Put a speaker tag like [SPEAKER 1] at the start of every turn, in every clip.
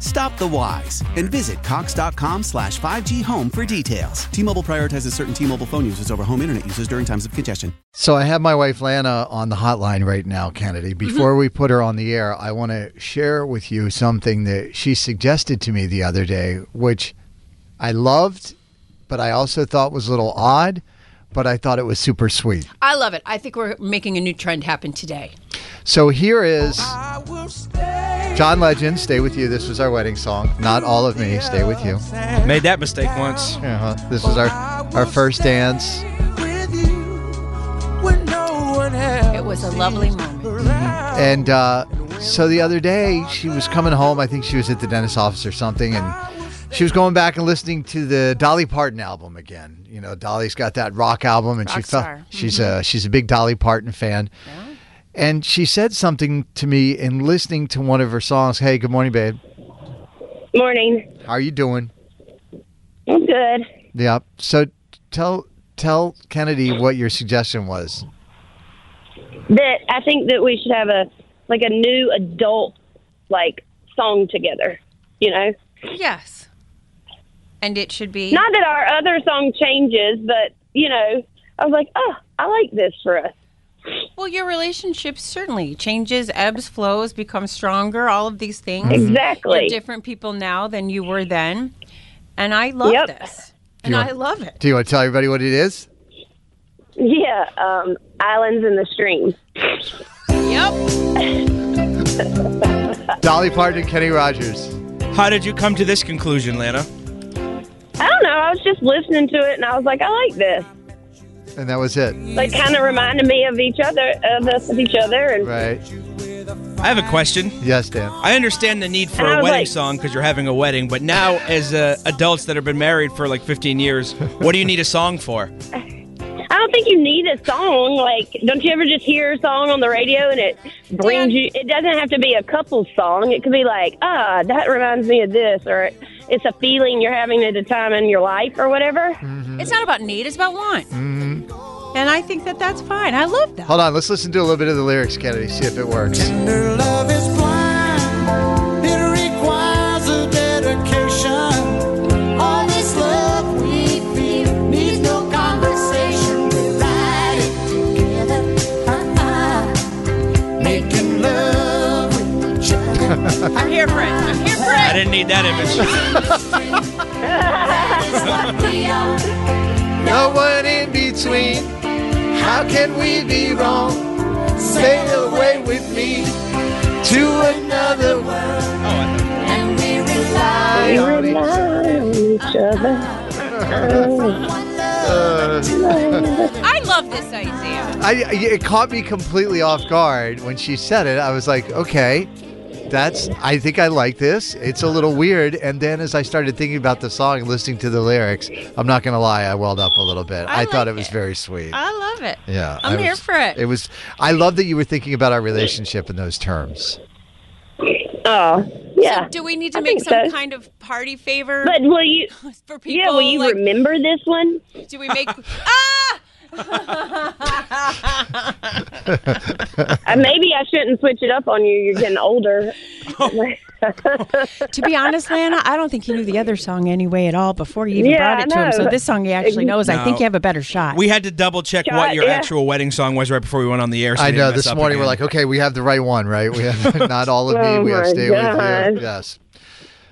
[SPEAKER 1] Stop the whys and visit cox.com slash 5G home for details. T-Mobile prioritizes certain T-Mobile phone users over home internet users during times of congestion.
[SPEAKER 2] So I have my wife Lana on the hotline right now, Kennedy. Before we put her on the air, I want to share with you something that she suggested to me the other day, which I loved, but I also thought was a little odd, but I thought it was super sweet.
[SPEAKER 3] I love it. I think we're making a new trend happen today.
[SPEAKER 2] So here is John Legend, Stay With You. This was our wedding song. Not all of me, Stay With You.
[SPEAKER 4] Made that mistake once.
[SPEAKER 2] Uh-huh. This was our, our first dance.
[SPEAKER 3] It was a lovely moment.
[SPEAKER 2] And uh, so the other day, she was coming home. I think she was at the dentist's office or something, and she was going back and listening to the Dolly Parton album again. You know, Dolly's got that rock album, and she felt
[SPEAKER 3] Rockstar.
[SPEAKER 2] she's
[SPEAKER 3] Mm-hmm.
[SPEAKER 2] a she's a big Dolly Parton fan. And she said something to me in listening to one of her songs. Hey, good morning, babe.
[SPEAKER 5] Morning.
[SPEAKER 2] How are you doing?
[SPEAKER 5] I'm good.
[SPEAKER 2] Yep. So tell tell Kennedy what your suggestion was.
[SPEAKER 5] That I think that we should have a like a new adult like song together. You know,
[SPEAKER 3] Yes. And it should be.
[SPEAKER 5] not that our other song changes, but you know, I was like, oh, I like this for us.
[SPEAKER 3] Well, your relationship certainly changes, ebbs, flows, becomes stronger, all of these things. You're
[SPEAKER 5] Exactly.
[SPEAKER 3] Mm. different people now than you were then. And I love
[SPEAKER 5] Yep.
[SPEAKER 3] this. And
[SPEAKER 2] You
[SPEAKER 3] I
[SPEAKER 2] are-
[SPEAKER 3] love it.
[SPEAKER 2] Do you want to tell everybody what it is?
[SPEAKER 5] Yeah, um, islands in the stream.
[SPEAKER 3] Yep.
[SPEAKER 2] Dolly Parton and Kenny Rogers.
[SPEAKER 4] How did you come to this conclusion, Lana?
[SPEAKER 5] I don't know. I was just listening to it, and I was like, I like this.
[SPEAKER 2] And that was it.
[SPEAKER 5] Like, kind of reminded me of each other, of us, of each other, and
[SPEAKER 2] Right.
[SPEAKER 4] I have a question.
[SPEAKER 2] Yes, Dan.
[SPEAKER 4] I understand the need for
[SPEAKER 5] And I
[SPEAKER 4] a
[SPEAKER 5] was
[SPEAKER 4] wedding
[SPEAKER 5] like-
[SPEAKER 4] song because you're having a wedding, but now as uh, adults that have been married for like 15 years, what do you need a song for?
[SPEAKER 5] I don't think you need a song. Like, don't you ever just hear a song on the radio and it brings you? It doesn't have to be a couple song. It could be like, ah, that reminds me of this, or it's a feeling you're having at a time in your life, or whatever.
[SPEAKER 3] It's not about need, it's about want.
[SPEAKER 5] Mm-hmm.
[SPEAKER 3] And I think that that's fine. I love that.
[SPEAKER 2] Hold on, let's listen to a little bit of the lyrics, Kennedy, see if it works.
[SPEAKER 3] I'm here for it. I'm here for
[SPEAKER 4] I
[SPEAKER 3] it.
[SPEAKER 4] didn't need that image.
[SPEAKER 2] No one in between. How can we be wrong? Sail away with me to another world.
[SPEAKER 4] Oh, I thought-
[SPEAKER 2] I only-
[SPEAKER 3] I love this idea.
[SPEAKER 2] I, it caught me completely off guard when she said it. I was like, okay, that's. I think I like this. It's a little weird. And then as I started thinking about the song and listening to the lyrics, I'm not gonna lie, I welled up a little bit. I,
[SPEAKER 3] I
[SPEAKER 2] thought
[SPEAKER 3] like
[SPEAKER 2] it was
[SPEAKER 3] it.
[SPEAKER 2] very sweet.
[SPEAKER 3] I love it.
[SPEAKER 2] Yeah,
[SPEAKER 3] I'm
[SPEAKER 2] I
[SPEAKER 3] here
[SPEAKER 2] was-
[SPEAKER 3] for it.
[SPEAKER 2] It was. I love that you were thinking about our relationship in those terms.
[SPEAKER 5] Oh, yeah.
[SPEAKER 3] Do we need to
[SPEAKER 5] I
[SPEAKER 3] make
[SPEAKER 5] think
[SPEAKER 3] some
[SPEAKER 5] so.
[SPEAKER 3] kind of party favor
[SPEAKER 5] But will you?
[SPEAKER 3] for people?
[SPEAKER 5] Yeah, will you
[SPEAKER 3] like,
[SPEAKER 5] remember this one?
[SPEAKER 3] do we make ah?
[SPEAKER 5] Uh, maybe I shouldn't switch it up on you. You're getting older.
[SPEAKER 3] To be honest, Lana, I don't think he knew the other song anyway at all before you even
[SPEAKER 5] Yeah,
[SPEAKER 3] brought it to
[SPEAKER 5] I
[SPEAKER 3] him. So
[SPEAKER 5] know.
[SPEAKER 3] this song he actually knows. I think
[SPEAKER 4] No.
[SPEAKER 3] you have a better shot.
[SPEAKER 4] we had to double check what your
[SPEAKER 5] yeah.
[SPEAKER 4] actual wedding song was right before we went on the air. so
[SPEAKER 2] I
[SPEAKER 4] we didn't
[SPEAKER 2] know.
[SPEAKER 4] mess
[SPEAKER 2] This
[SPEAKER 4] up
[SPEAKER 2] morning we're
[SPEAKER 4] again.
[SPEAKER 2] like, okay, we have the right one, right? We have not all of me.
[SPEAKER 5] Oh
[SPEAKER 2] we have
[SPEAKER 5] my
[SPEAKER 2] stay with you.
[SPEAKER 5] God.
[SPEAKER 2] Yes.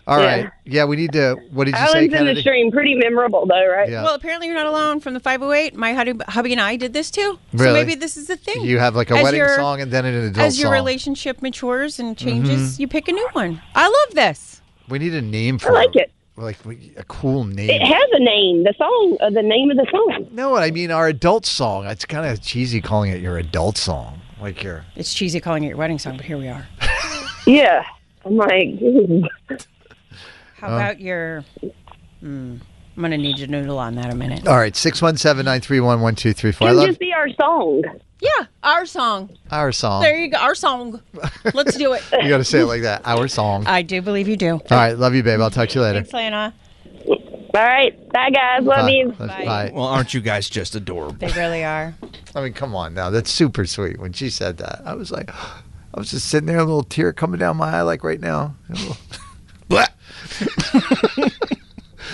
[SPEAKER 2] All
[SPEAKER 5] Yeah.
[SPEAKER 2] right. yeah. we need to. What did you say,
[SPEAKER 5] Islands in the
[SPEAKER 2] Kennedy?
[SPEAKER 5] stream, pretty memorable though, right?
[SPEAKER 2] Yeah.
[SPEAKER 3] well, apparently you're not alone. From the 508, my hubby, hubby and I did this too.
[SPEAKER 2] Really?
[SPEAKER 3] So maybe this is the thing.
[SPEAKER 2] You have like a
[SPEAKER 3] As
[SPEAKER 2] wedding
[SPEAKER 3] your-
[SPEAKER 2] song Mm-hmm. and then an adult
[SPEAKER 3] As your
[SPEAKER 2] song.
[SPEAKER 3] relationship matures and changes, you pick a new one. I love this.
[SPEAKER 2] We need a name for
[SPEAKER 5] I like it.
[SPEAKER 2] Like we- a cool name.
[SPEAKER 5] It has a name. The song, uh, the name of the song.
[SPEAKER 2] no, I mean our adult song. It's kind of cheesy calling it your adult song. Like your
[SPEAKER 6] It's cheesy calling it your wedding song, but here we are.
[SPEAKER 5] Yeah. I'm like, ooh.
[SPEAKER 6] How about your? Hmm, I'm gonna need your noodle on that a minute.
[SPEAKER 2] all right six one seven nine three one one two three four. I
[SPEAKER 5] can
[SPEAKER 2] love
[SPEAKER 5] just be our song.
[SPEAKER 6] Yeah, our song.
[SPEAKER 2] our song.
[SPEAKER 6] There you go. Our song. Let's do it.
[SPEAKER 2] You got to say it like that. Our song.
[SPEAKER 6] I do believe you do.
[SPEAKER 2] All right, love you, babe. I'll talk to you later.
[SPEAKER 6] Thanks, Lana.
[SPEAKER 5] All right. Bye, guys. Love you.
[SPEAKER 2] Bye. Bye.
[SPEAKER 4] Well, aren't you guys just adorable?
[SPEAKER 6] They really are.
[SPEAKER 2] I mean, come on now. That's super sweet. When she said that, I was like, I was just sitting there, a little tear coming down my eye, like right now.
[SPEAKER 4] Blah.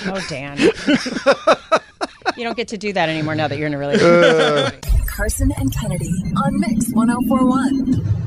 [SPEAKER 6] Oh, Dan. you don't get to do that anymore now that you're in a relationship.
[SPEAKER 7] Carson and Kennedy on Mix 1041.